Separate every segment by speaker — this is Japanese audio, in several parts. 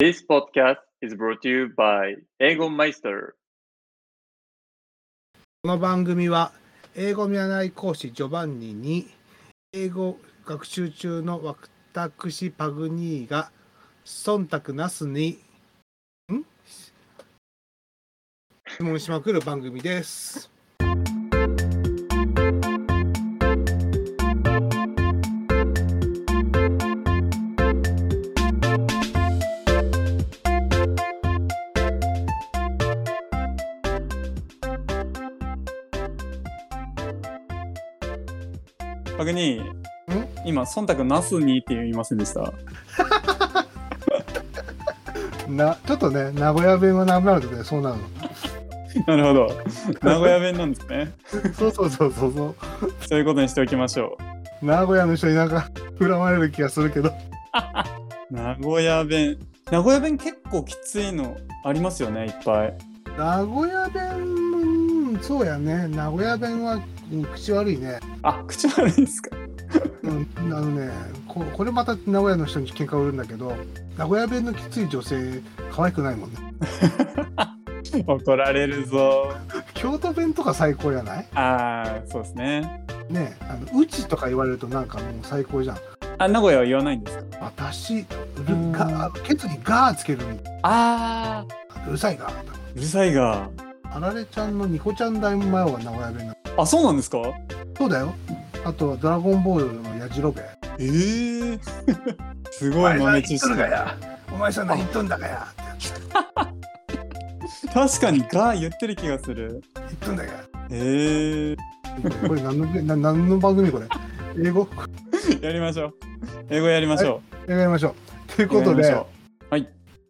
Speaker 1: This podcast is brought to you by 英語マイスター。
Speaker 2: この番組は英語見習い講師ジョバンニに英語学習中の私パグニーが忖度なすにん質問しまくる番組です。
Speaker 3: 逆に今忖度なすにって言いませんでした
Speaker 2: なちょっとね名古屋弁はなくなるとねそうなるの。
Speaker 3: なるほど名古屋弁なんですね
Speaker 2: そうそうそうそうそう。
Speaker 3: そういうことにしておきましょ
Speaker 2: 名古屋の人になんか恨まれる気がするけど。
Speaker 3: う名古屋弁名古屋弁結構きついのありますよねいっぱい
Speaker 2: 名古屋弁もうんそうやね名古屋弁はうん口悪いね。
Speaker 3: あ口悪いですか
Speaker 2: うん、あのねここれまた名古屋の人に喧嘩売るんだけど名古屋弁のきつい女性可愛くないもんね
Speaker 3: 怒られるぞ
Speaker 2: 京都弁とか最高じゃない
Speaker 3: あーそうですね
Speaker 2: ねえあのうちとか言われるとなんかもう最高じゃん
Speaker 3: あ名古屋は言わないんですか
Speaker 2: 私る
Speaker 3: うん
Speaker 2: がケツにガーつけるんだ
Speaker 3: あ
Speaker 2: うるさいガー
Speaker 3: ーうるさいが
Speaker 2: あられちゃんのニコちゃん大魔王は名古屋弁なの
Speaker 3: あそうなんですか
Speaker 2: そうだよあとは「ドラゴンボール」のやじろべ
Speaker 3: ええー、 す
Speaker 2: お
Speaker 3: ごい
Speaker 2: 何
Speaker 3: 豆知
Speaker 2: 言っとる
Speaker 3: 識
Speaker 2: がやお前さん何言っとんだかや
Speaker 3: 確かにが言ってる気がする
Speaker 2: 言っとんだかや
Speaker 3: えー、
Speaker 2: これ何の な何の番組これ英語
Speaker 3: やりましょう。英語やりましょ
Speaker 2: 英語やりましょうという
Speaker 3: う。英
Speaker 2: こ
Speaker 3: 語や
Speaker 2: と
Speaker 3: りま
Speaker 2: で
Speaker 3: しょ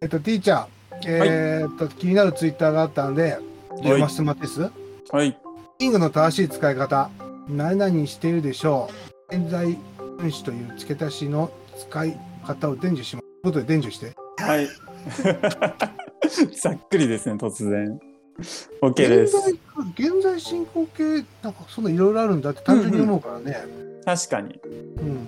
Speaker 2: えっと、ティーチャー、えーっと、気になるツイッターがあったんで、読ませてもらっていいです
Speaker 3: うはい。
Speaker 2: キングの正しい使い方、何々しているでしょう。現在分子という付け足しの使い方を伝授します。ということで伝授して。
Speaker 3: はい。 ざっくりですね、突然。OK です。
Speaker 2: 現在、現在進行形、なんかそんないろいろあるんだって単純に思うからね。
Speaker 3: 確かに。
Speaker 2: うん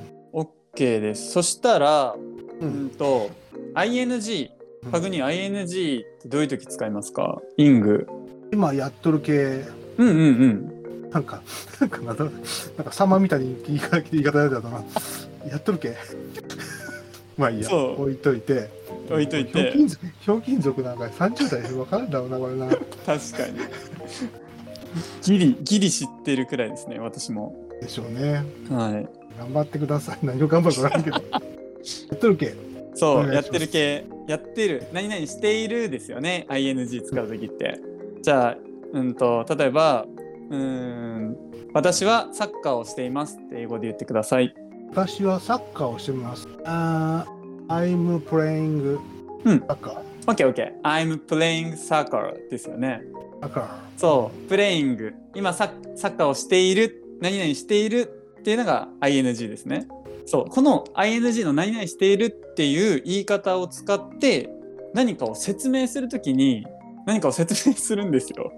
Speaker 3: OK です。そしたら、
Speaker 2: う
Speaker 3: うんんと、ING、
Speaker 2: うん
Speaker 3: パグに ING ってどういう時使いますかイング。
Speaker 2: 今やっとる系、
Speaker 3: うんうんうん。
Speaker 2: なんか、なんかまた、なんか様みたいに言い方言い方だったな。やっとる系。 まあいいや、
Speaker 3: そう
Speaker 2: 置いといて。
Speaker 3: 置いとい
Speaker 2: ひょう
Speaker 3: て
Speaker 2: き、ん族ひょうきん族なんか30代で分かるんだろうなこれな
Speaker 3: 確かに。ギリ、ギリ知ってるくらいですね、私も。
Speaker 2: でしょうね
Speaker 3: はい。
Speaker 2: 頑張ってください何を頑張るか分からんけどやっとるけお
Speaker 3: そう、
Speaker 2: 願いし
Speaker 3: や
Speaker 2: ま
Speaker 3: っ
Speaker 2: す
Speaker 3: てる系、やってる、何々しているですよね、ing 使うときって。じゃあ、うんと、例えば、うーん、私はサッカーをしていますって英語で言ってください。
Speaker 2: 私はサッカーをしてますあー I'm playing
Speaker 3: うん
Speaker 2: soccer サッカー
Speaker 3: OK, OK. I'm playing soccer ですよね。
Speaker 2: サッカー
Speaker 3: そう、playing。今サッ、サッカーをしている、何々しているっていうのが ing ですね。そう、この ing の何々しているっていう言い方を使って、何かを説明するときに、何かを説明するんですよ。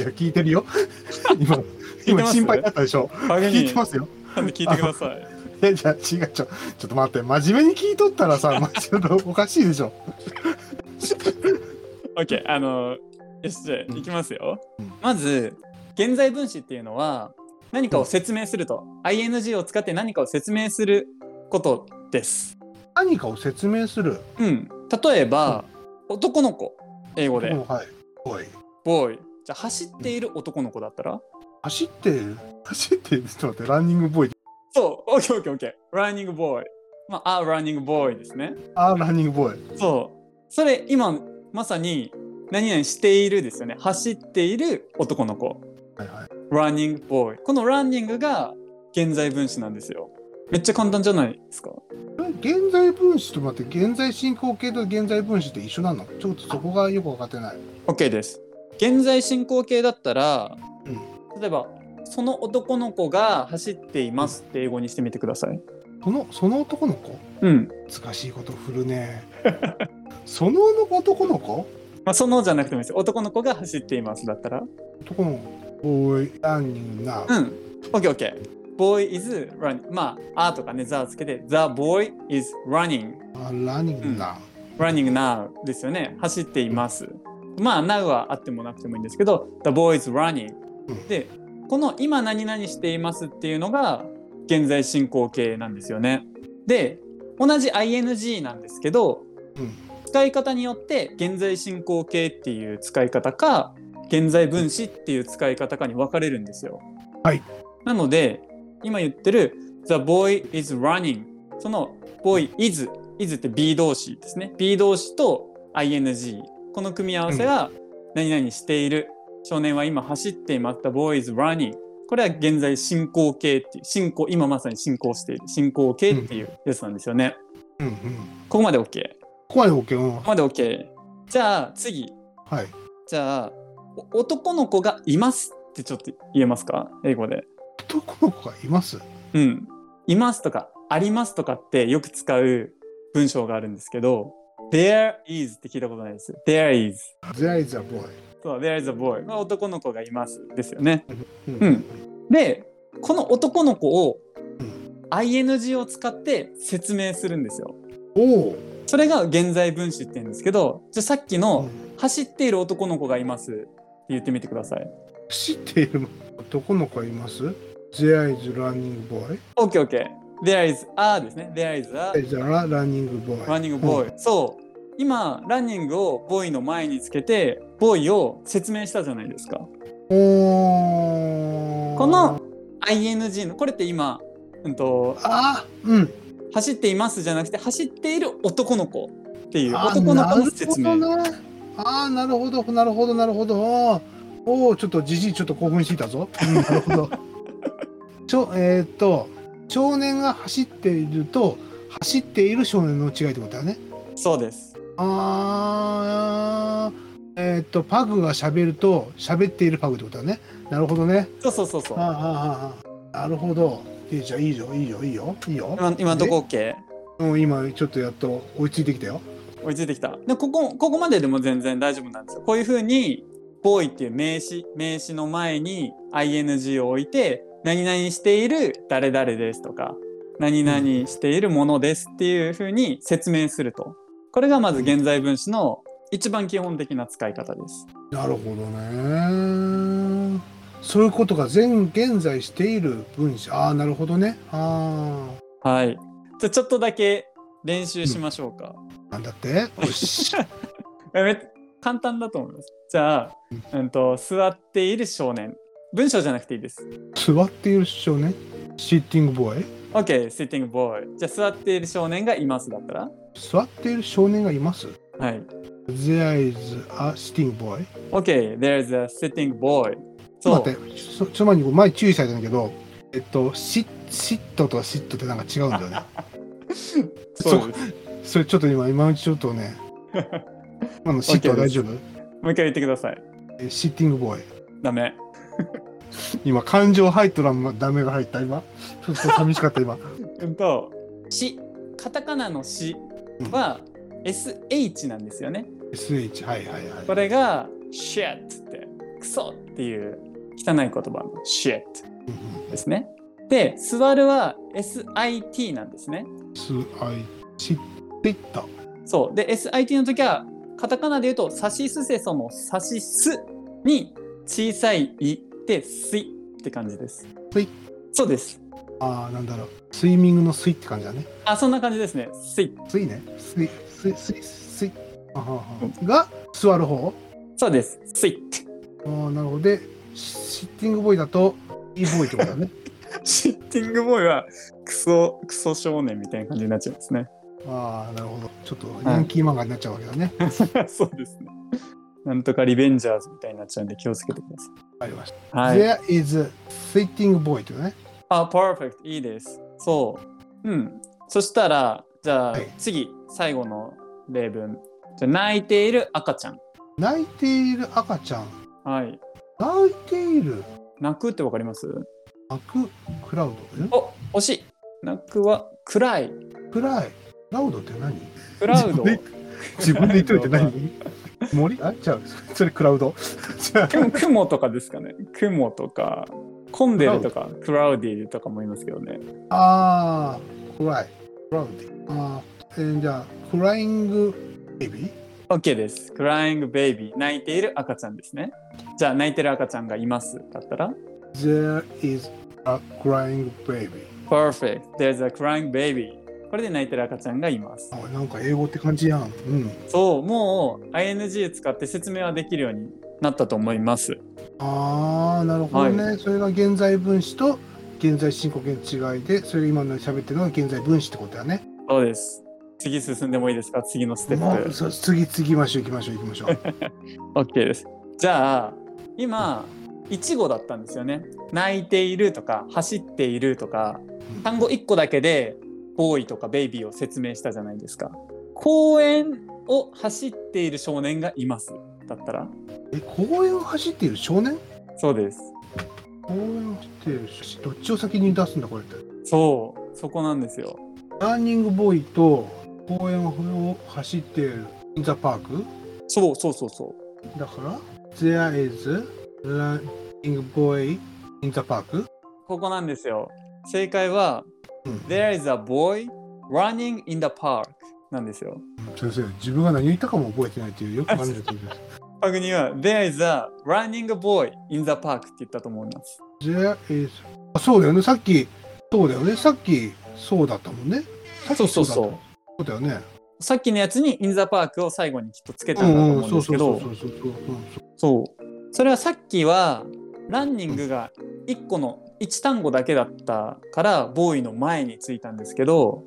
Speaker 2: いや聞いてるよ 今今心配だったでしょ
Speaker 3: パグ
Speaker 2: 聞
Speaker 3: ニ
Speaker 2: いて
Speaker 3: ー
Speaker 2: ますよ
Speaker 3: 聞いてください。
Speaker 2: えじゃあ違うちょ ちょっと待って真面目に聞いとったらさまちょっとおかしいでしょ
Speaker 3: OK、あの、よし、じゃあ、いきますよ
Speaker 2: うん。
Speaker 3: まず、現在分詞っていうのは、何かを説明すると、ing を使って何かを説明することです。
Speaker 2: 何かを説明する
Speaker 3: うん。例えば、男の子、英語で
Speaker 2: も、うはいおい
Speaker 3: ボーイ。じゃあ、走っている男の子だったら、
Speaker 2: 走ってる走ってるちょっと待ってランニングボーイ
Speaker 3: そう、OK、OK、OK。ランニングボーイ。まあ、あ、ランニングボーイですね。
Speaker 2: あーランニングボーイ
Speaker 3: そう。それ、今、まさに、何々しているですよね。走っている男の子。
Speaker 2: はいはい
Speaker 3: running boy この running が現在分詞なんですよめっちゃ簡単じゃないですか
Speaker 2: 現在分子と待って現在進行形と現在分子って一緒なのちょっとそこがよく分かってない
Speaker 3: OK です現在進行形だったら、
Speaker 2: う
Speaker 3: 例えばその男の子が走っていますって英語にしてみてください
Speaker 2: そのその男の子
Speaker 3: うん、
Speaker 2: 難しいこと振る ねその男の子
Speaker 3: まあ、そのじゃなくてもいいです男の子が走っていますだったら
Speaker 2: 男の子おいランニング
Speaker 3: う
Speaker 2: な、
Speaker 3: ん OKOK boy is running まあ「あ」とかね「ザ」つけて「the boy is running
Speaker 2: あランニングな、
Speaker 3: running now ですよね。走っています。まあ、now はあってもなくてもいいんですけど、the boy is running
Speaker 2: うん。
Speaker 3: で、この今何々していますっていうのが現在進行形なんですよね。で、同じ ing なんですけど、
Speaker 2: うん
Speaker 3: 使い方によって現在進行形っていう使い方か現在分詞っていう使い方かに分かれるんですよ。
Speaker 2: はい。
Speaker 3: なので今言ってる「The boy is running」その「boy is」「is」って B 動詞ですね。B 動詞と ing この組み合わせが「何々している」少年は今走っています」「The boy is running」これは現在進行形っていう進行今まさに進行している進行形っていうやつなんですよね。
Speaker 2: うんうん。
Speaker 3: ここまで OK。
Speaker 2: ここまで OK。うん。
Speaker 3: ここまで OK。じゃあ次。
Speaker 2: はい。
Speaker 3: じゃあ、お男の子がいますってちょっと言えますか英語で。
Speaker 2: 男の子がいます。
Speaker 3: うん。いますとか、ありますとかってよく使う文章があるんですけど、there is って聞いたことないです。there is。
Speaker 2: There is a boy.
Speaker 3: そう、there is a boy。まあ男の子がいます。ですよね。
Speaker 2: うん
Speaker 3: うんで、この男の子を
Speaker 2: う
Speaker 3: ing を使って説明するんですよ。
Speaker 2: おお。
Speaker 3: それが現在分詞って言うんですけど、じゃあさっきの、
Speaker 2: うん
Speaker 3: 走っている男の子がいますって言ってみてください。
Speaker 2: 知っている男の子がいます ?There is a running boy.
Speaker 3: OKOK。There is a ですね。There is a
Speaker 2: There is a running boy.
Speaker 3: running boy。そう。今、ランニングをボーイの前につけて、ボーイを説明したじゃないですか。
Speaker 2: おー
Speaker 3: この ING の、これって今、うんと、
Speaker 2: あうん。
Speaker 3: 走っていますじゃなくて、走っている男の子っていう
Speaker 2: あ
Speaker 3: 男の子の説明。
Speaker 2: なるほどねああ、なるほど、なるほど、なるほど。おーおー、ちょっとじじい、ちょっと興奮してきたぞ。うんなるほど。 ちょ、えーっと、少年が走っていると、走っている少年の違いってことだね。
Speaker 3: そうです。
Speaker 2: あーえーっと、パグが喋ると、喋っているパグってことだね。なるほどね。
Speaker 3: そうそうそうそ
Speaker 2: あ
Speaker 3: う。
Speaker 2: ーあー、あーあーなるほど。いいじゃん、いいよ、いいよ、いいよ、いいよ。
Speaker 3: 今今のとこ OK。
Speaker 2: うん、今、ちょっとやっと追いついてきたよ。
Speaker 3: 追いついてきたでここここまででも全然大丈夫なんですよこういうふうに「ボーイ」っていう名詞名詞の前に ing を置いて「何々している誰々です」とか「何々しているものです」っていうふうに説明するとこれがまず現在分詞の一番基本的な使い方です
Speaker 2: なるほどね。そういうことが全現在している分子。ああ、なるほどね。あ
Speaker 3: はいじゃあちょっとだけ練習しましょうか、
Speaker 2: あ。なんだってよし。
Speaker 3: えめ簡単だと思いますじゃあ、うん、と座っている少年文章じゃなくていいです
Speaker 2: 座っている少年。シッティングボーイ。
Speaker 3: OK, sitting boy. じゃあ座っている少年がいますだったら
Speaker 2: 座っている少年がいます。
Speaker 3: はい。
Speaker 2: There is a sitting boy.
Speaker 3: OK, there's a sitting boy.
Speaker 2: ちょっ
Speaker 3: そう。
Speaker 2: と待って、そちょっと待って、前注意されたんだけど、えっと、シッシットとシットってなんか違うんだよ ね。
Speaker 3: そうです
Speaker 2: それちょっと今、今のうちちょっと ね、今のシットは大丈夫
Speaker 3: もう一回言ってください。
Speaker 2: えシッティングボーイ。
Speaker 3: ダメ。
Speaker 2: 今、感情入っとらんまダメが入った、今。ちょっと寂しかった、今。
Speaker 3: うんと、し、カタカナのしは sh なんですよね。
Speaker 2: SH はいはいはい
Speaker 3: これが shit って、クソっていう汚い言葉の shit
Speaker 2: うん
Speaker 3: ですね。で、座るは sit なんですね。
Speaker 2: すあい知ってった
Speaker 3: そう。で、SIT の時は、カタカナで言うと、サシスセソのサシスに小さいイで、スイって感じです。
Speaker 2: スイ
Speaker 3: そうです。
Speaker 2: あーなんだろうスイミングのスイって感じだね
Speaker 3: あ、そんな感じですね。スイ。
Speaker 2: スイねスイスイスイスイあははが座る方
Speaker 3: そうです。スイ。
Speaker 2: あーなるほどでシシッティングボーイだといいボーイってことだね
Speaker 3: シッティングボーイは、クソ、クソ少年みたいな感じになっちゃいますね。
Speaker 2: ああなるほどちょっとヤンキー漫画になっちゃうわけだね、
Speaker 3: そうですね。なんとかリベンジャーズみたいになっちゃうんで気をつけてくださ
Speaker 2: ありました、
Speaker 3: い。はい。
Speaker 2: There is a sitting boy ってことね
Speaker 3: あ、perfect。いいです。そう。うん。そしたら、じゃあ、
Speaker 2: はい
Speaker 3: 次、最後の例文。じゃあ泣いている赤ちゃん。
Speaker 2: 泣いている赤ちゃん
Speaker 3: はい。
Speaker 2: 泣いている
Speaker 3: 泣くってわかります
Speaker 2: 泣くクラウドん
Speaker 3: お、惜しい。泣くは暗い。
Speaker 2: 暗いクラウドって何
Speaker 3: クラウ ド。
Speaker 2: 自分で自分で言っといて
Speaker 3: クラウ
Speaker 2: 何
Speaker 3: ド
Speaker 2: 森あちゃうそれクラウ ドじゃあ
Speaker 3: 雲雲とかですかね。雲とか、混んでるとか、クラウディとかも言いますけどね。
Speaker 2: ああ、暗い。クラウディ。ああ、えーじゃあ、クライングベイビー
Speaker 3: OK です。crying baby 泣いている赤ちゃんですね。じゃあ泣いてる赤ちゃんがいますだったら
Speaker 2: ?There is a crying baby.
Speaker 3: Perfect. There's a crying baby. これで泣いてる赤ちゃんがいます。
Speaker 2: あなんか英語って感じやん。うん。
Speaker 3: そう、もう ING 使って説明はできるようになったと思います。
Speaker 2: ああ、なるほどね、
Speaker 3: は
Speaker 2: それが現在分詞と現在進行形の違いで、それが今の喋ってるのが現在分詞ってことだね。
Speaker 3: そうです。次進んでもいいですか次のステ
Speaker 2: も
Speaker 3: ッ
Speaker 2: う、そ次、次行きましょう、行きましょう、行きましょう。
Speaker 3: プ。OK です。じゃあ、今、いちごだったんですよね。泣いているとか、走っているとか、 単語1個だけで、ボーイとかベイビーを説明したじゃないですか。公園を走っている少年がいます。だったら
Speaker 2: え、公園を走っている少年
Speaker 3: そうです。
Speaker 2: 公園を走っている少年どっちを先に出すんだ、これって。
Speaker 3: そう、そこなんですよ。
Speaker 2: ランニングボーイと公園を走っているインザパーク
Speaker 3: そうそうそうそう。
Speaker 2: だから、There is running boy in the park?
Speaker 3: ここなんですよ。正解は、
Speaker 2: うん
Speaker 3: There is a boy running in the park なんですよ。
Speaker 2: 先生、自分が何を言ったかも覚えてないというよくわかんないことです。
Speaker 3: パグには There is a running boy in the park って言ったと思います。
Speaker 2: There is あそうだよねさっきそうだよねさっきそうだったもんねさっき
Speaker 3: そうそう
Speaker 2: だっ
Speaker 3: そ
Speaker 2: たそうだよね
Speaker 3: う。さっきのやつに in the park を最後にきっとつけた
Speaker 2: うん
Speaker 3: だと
Speaker 2: ん
Speaker 3: 思
Speaker 2: う
Speaker 3: うんん
Speaker 2: そ
Speaker 3: で
Speaker 2: う
Speaker 3: す
Speaker 2: そ
Speaker 3: け
Speaker 2: うそ
Speaker 3: ど
Speaker 2: う、そうそうそう
Speaker 3: そう。それはさっきはランニングが1個の1単語だけだったからボーイの前についたんですけど、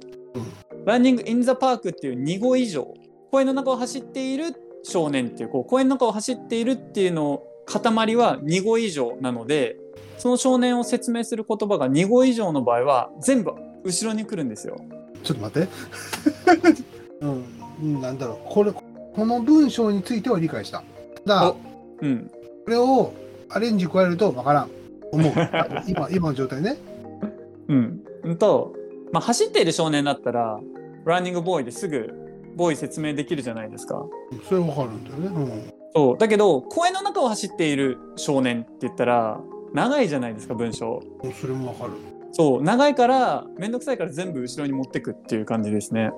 Speaker 3: ランニングインザパークっていう2語以上公園の中を走っている少年っていうこう公園の中を走っているっていうの塊は2語以上なのでその少年を説明する言葉が2語以上の場合は全部後ろに来るんですよ。
Speaker 2: ちょっと待ってうんうんなんだろうこれこの文章については理解したただ
Speaker 3: お
Speaker 2: こ
Speaker 3: うん、
Speaker 2: れをアレンジ加えるとわからん 思う今今の状態ね
Speaker 3: うん、うんと、まあ、走っている少年だったらランニングボーイですぐボーイ説明できるじゃないですか。
Speaker 2: それわかるんだよねうん
Speaker 3: そうだけど公園の中を走っている少年って言ったら長いじゃないですか文章。
Speaker 2: うんそれもわかる
Speaker 3: そう長いからめんどくさいから全部後ろに持ってくっていう感じですね。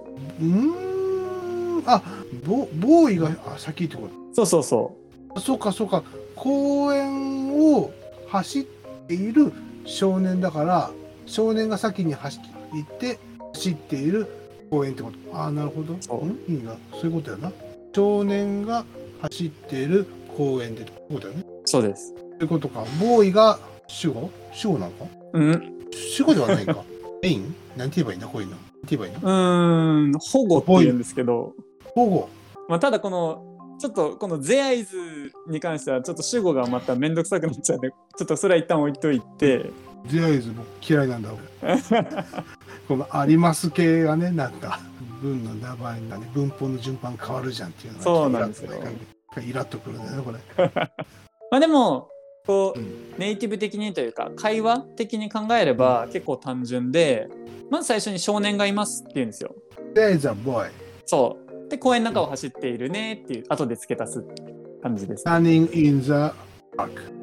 Speaker 2: うーんあボボーイがあ先ってこと
Speaker 3: そうそうそ
Speaker 2: そうかそうか公園を走っている少年だから少年が先に走っていって走っている公園ってことああなるほど
Speaker 3: そうん
Speaker 2: いいなそういうことやな少年が走っている公園でってことだよね
Speaker 3: うそうです。
Speaker 2: そういうことかボーイが主語主語なのか
Speaker 3: うんう
Speaker 2: 主語ではないかメインなんて言えばいいんだこういうのなんて言えばいいの
Speaker 3: ーん保護って言うんですけど、
Speaker 2: 保護
Speaker 3: まあ、ただこのちょっとこの「ゼアイズ」に関してはちょっと主語がまためんどくさくなっちゃうんでちょっとそれは一旦置いといて
Speaker 2: ゼアイズも嫌いなんだ俺 このあります系がねなんか文の名前がね文法の順番変わるじゃんっていうのが
Speaker 3: そうなんですよ
Speaker 2: ちょっとイラッとくるんだよねこれ
Speaker 3: まあでもこう、
Speaker 2: う
Speaker 3: ネイティブ的にというか会話的に考えれば結構単純でまず最初に少年がいますって言うんですよ。
Speaker 2: There is a boy
Speaker 3: そうで公園の中を走っているねっていう後で付け足す感じです。
Speaker 2: running in the park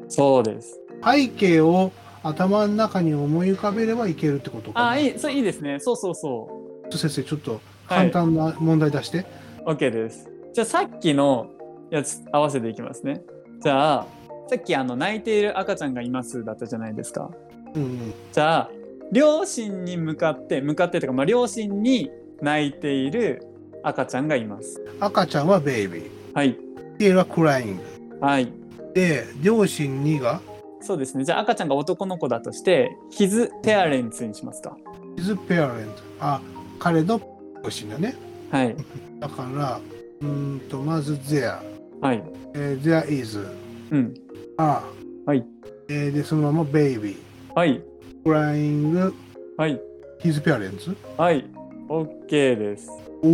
Speaker 3: そうです。
Speaker 2: 背景を頭の中に思い浮かべればいけるってことかな
Speaker 3: あいいそういいですね。そうそうそ
Speaker 2: 先生ちょっと
Speaker 3: う。は
Speaker 2: 簡
Speaker 3: い。
Speaker 2: 単な問題出して、
Speaker 3: OK です。じゃあさっきのやつ合わせていきますね。じゃあさっきあの泣いている赤ちゃんがいますだったじゃないですか。
Speaker 2: うん
Speaker 3: じゃあ両親に向かって向かってというか、まあ、両親に泣いている赤ちゃんがいます。
Speaker 2: 赤ちゃんはベイビー
Speaker 3: はい。
Speaker 2: ではクライン
Speaker 3: はい。
Speaker 2: で両親にが
Speaker 3: そうですね。じゃあ赤ちゃんが男の子だとして、his parents にしますか。
Speaker 2: his parent あ彼の両親だね
Speaker 3: はい。
Speaker 2: だからうーんとまず there、
Speaker 3: はい。
Speaker 2: えー there is
Speaker 3: うん。
Speaker 2: ああ
Speaker 3: はい。
Speaker 2: えーで、そのまま baby。
Speaker 3: はい。
Speaker 2: crying
Speaker 3: はい。
Speaker 2: his parents。
Speaker 3: はい。OK です。
Speaker 2: お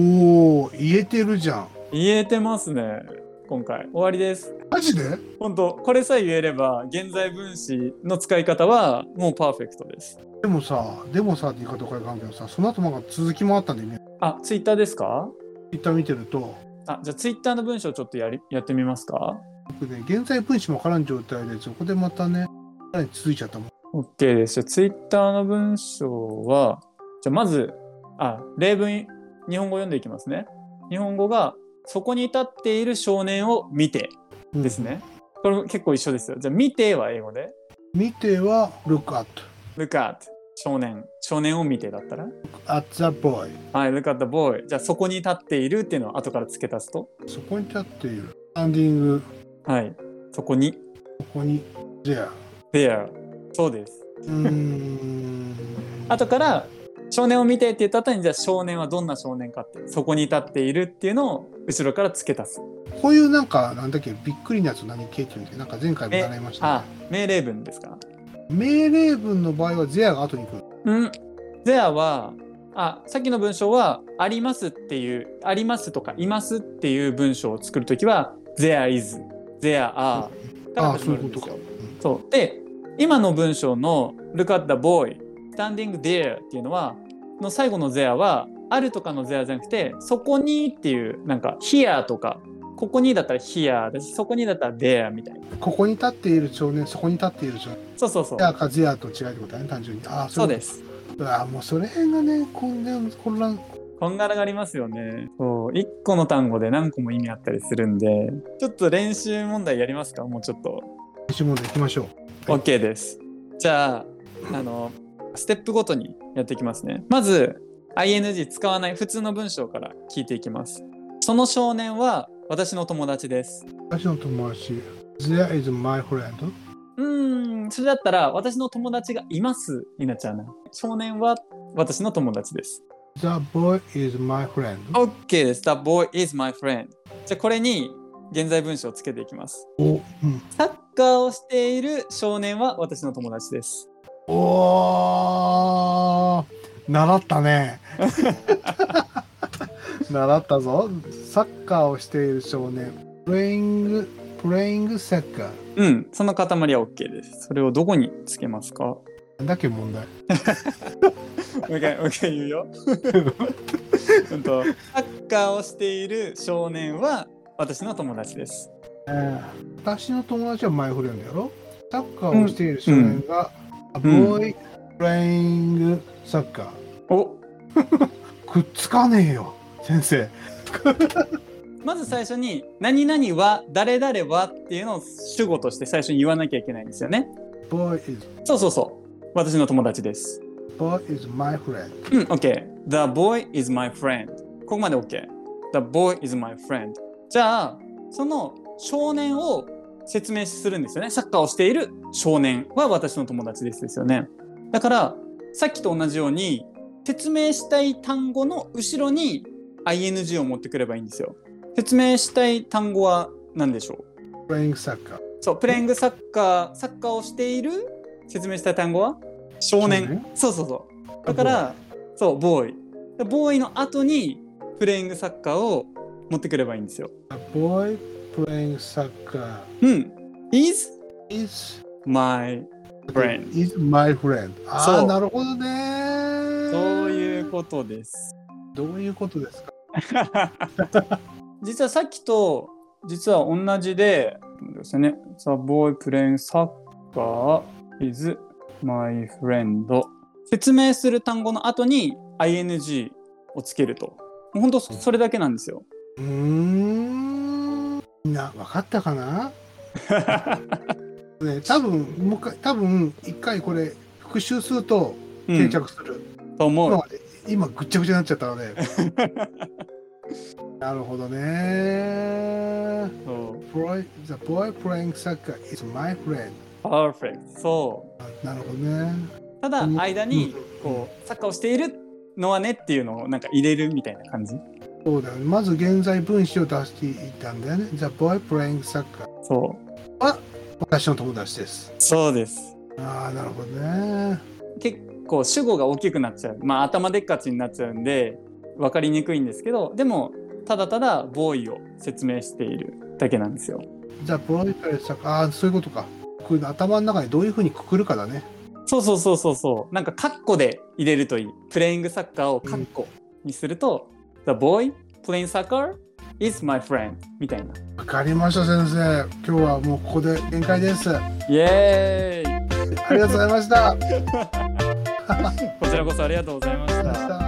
Speaker 2: お、言えてるじゃん。
Speaker 3: 言えてますね。今回。終わりです。
Speaker 2: マジで
Speaker 3: 本当これさえ言えれば、現在分詞の使い方はもうパーフェクトです。
Speaker 2: でもさ、でもさって言い方変えたんけどさ、その後なんか続きもあったんで、ね、
Speaker 3: あ、ツイッターですか
Speaker 2: 一旦見てると、
Speaker 3: あ、じゃあツイッターの文章ちょっとやりやってみますか
Speaker 2: 僕ね、現在分子もわからん状態で、そこでまたね、さらに続いちゃったもん。
Speaker 3: OK です。じゃあ、ツイッターの文章は、じゃあ、まず、あ、例文、日本語読んでいきますね。日本語が、そこに立っている少年を見て
Speaker 2: うん
Speaker 3: です。ね。これも結構一緒ですよ。じゃあ、見ては英語で。
Speaker 2: 見ては、look at,
Speaker 3: look at 少年。少年を見てだったら。
Speaker 2: at the boy。
Speaker 3: はい、look at the boy。じゃあ、そこに立っているっていうのを後から付け足すと。
Speaker 2: そこに立っている。スタンディング、
Speaker 3: はい。そこに。
Speaker 2: ここに、there。
Speaker 3: there。そうです。
Speaker 2: うーん。
Speaker 3: 後から、少年を見てって言った後に、じゃあ少年はどんな少年かって、そこに立っているっていうのを後ろから付け足す。
Speaker 2: こういうなんか、なんだっけ、びっくりなやつ何ケーキみたいな、なんか前回も習いました、
Speaker 3: あ
Speaker 2: ね。、
Speaker 3: 命令文ですか
Speaker 2: 命令文の場合は、ゼアが後に来る。
Speaker 3: うん。there は、あ、さっきの文章は、ありますっていう、ありますとか、いますっていう文章を作るときは、there is, there are から
Speaker 2: ああ、
Speaker 3: 始
Speaker 2: そ
Speaker 3: ま
Speaker 2: うい
Speaker 3: る
Speaker 2: う
Speaker 3: で
Speaker 2: んこと
Speaker 3: す
Speaker 2: か。
Speaker 3: よ
Speaker 2: う。ん
Speaker 3: そう。で、今の文章の look at the boy, standing there っていうのは、の最後の there は、あるとかの there じゃなくて、そこにっていう、なんか here とか、ここにだったら here だし、そこにだったら there みたいな。
Speaker 2: ここに立っている少年、そこに立っている少年。
Speaker 3: そうそうそう
Speaker 2: ゼ。アかゼアと違いってことだね、単純に。ああ、。
Speaker 3: そうですす。
Speaker 2: ああ、もうそれ辺がね、こんな混乱。
Speaker 3: こんがらがりますよね。そう。1個の単語で何個も意味あったりするんで、ちょっと練習問題やりますかもうちょっと。
Speaker 2: 一問でいきましょう。はい
Speaker 3: OK です。じゃあ、あの、ステップごとにやっていきますね。まず、ing 使わない普通の文章から聞いていきます。その少年は私の友達です。
Speaker 2: 私の友達、There is my friend.
Speaker 3: うーん、それだったら、私の友達がいますになっちゃうな。少年は私の友達です。
Speaker 2: The boy is my friend.
Speaker 3: OK です。The boy is my friend. じゃあ、これに現在文章をつけていきます。
Speaker 2: お、うん。
Speaker 3: サッカーをしている少年は私の友達です。
Speaker 2: おー習っ たね。習ったぞ。サッカーをしている少年。playing, playing soccer.
Speaker 3: うん、その塊は OK です。それをどこにつけますか
Speaker 2: なんだっけ問題。
Speaker 3: もう一回、もう一回言うよ。 うんと、サッカーをしている少年は私の友達です。
Speaker 2: 私の友達はマイフレンドやろサッカーをしている少年が、A
Speaker 3: うん
Speaker 2: boy playing soccer.
Speaker 3: お
Speaker 2: くっつかねえよ、先生。
Speaker 3: まず最初に、何々は、誰々はっていうのを主語として最初に言わなきゃいけないんですよね。
Speaker 2: boy is,
Speaker 3: そうそうそう。私の友達です。
Speaker 2: boy is my friend.
Speaker 3: うん、OK。The boy is my friend. ここまで OK。The boy is my friend. じゃあ、その少年を説明するんですよね。サッカーをしている少年は私の友達ですですよね。だから、さっきと同じように、説明したい単語の後ろに ing を持ってくればいいんですよ。説明したい単語は何でしょう
Speaker 2: playing soccer.
Speaker 3: そう、プレイングサッカー、サッカーをしている説明したい単語は少年。
Speaker 2: 少年
Speaker 3: そうそうそう。だから、そう、ボーイ。ボーイの後に、プレイングサッカーを持ってくればいいんですよ。
Speaker 2: A boy playing soccer
Speaker 3: うん。is
Speaker 2: is
Speaker 3: my friend.
Speaker 2: is my friend. あ
Speaker 3: そ
Speaker 2: あ、
Speaker 3: う
Speaker 2: なるほどね。
Speaker 3: そういうことです。
Speaker 2: どういうことですか
Speaker 3: 実はさっきと、実は同じで、ですね。The boy playing soccer is my friend. 説明する単語の後に ing をつけると。もうほんとそれだけなんですよ。
Speaker 2: うーん。みんな、わかった かなね、多分、もう一回、多分、一回これ、復習すると
Speaker 3: うん
Speaker 2: 定着する。
Speaker 3: と思う
Speaker 2: 今。まで今、ぐっちゃぐちゃになっちゃったので。 なるほどね。
Speaker 3: そう
Speaker 2: Boy, the boy playing soccer is my friend.
Speaker 3: Perfect. そ
Speaker 2: あなるほどね。
Speaker 3: う。ただ
Speaker 2: うん
Speaker 3: 間に
Speaker 2: うん
Speaker 3: こうサッカーをしているのはねっていうのをなんか入れるみたいな感じ。
Speaker 2: そうだよね。まず現在分子を出していったんだよね。The boy playing soccer.
Speaker 3: そう。
Speaker 2: 私の友達です。
Speaker 3: そうです。
Speaker 2: ああ、なるほどね。
Speaker 3: 結構主語が大きくなっちゃう。まあ頭でっかちになっちゃうんで分かりにくいんですけど、でもただただボーイを説明しているだけなんですよ。
Speaker 2: The boy playing soccer. ああ、そういうことか。これ頭の中にどういうふうにくくるかだね。
Speaker 3: そうそうそうそうそう。なんかカッコで入れるといい。プレイングサッカーをカッコにすると、The boy playing soccer is my friend みたいな。
Speaker 2: わかりました、先生。今日はもうここで限界です。あ
Speaker 3: イエーイ。
Speaker 2: りがとうございました。あり
Speaker 3: こちらこそありがとうございまし
Speaker 2: がとうございま
Speaker 3: た
Speaker 2: し。た。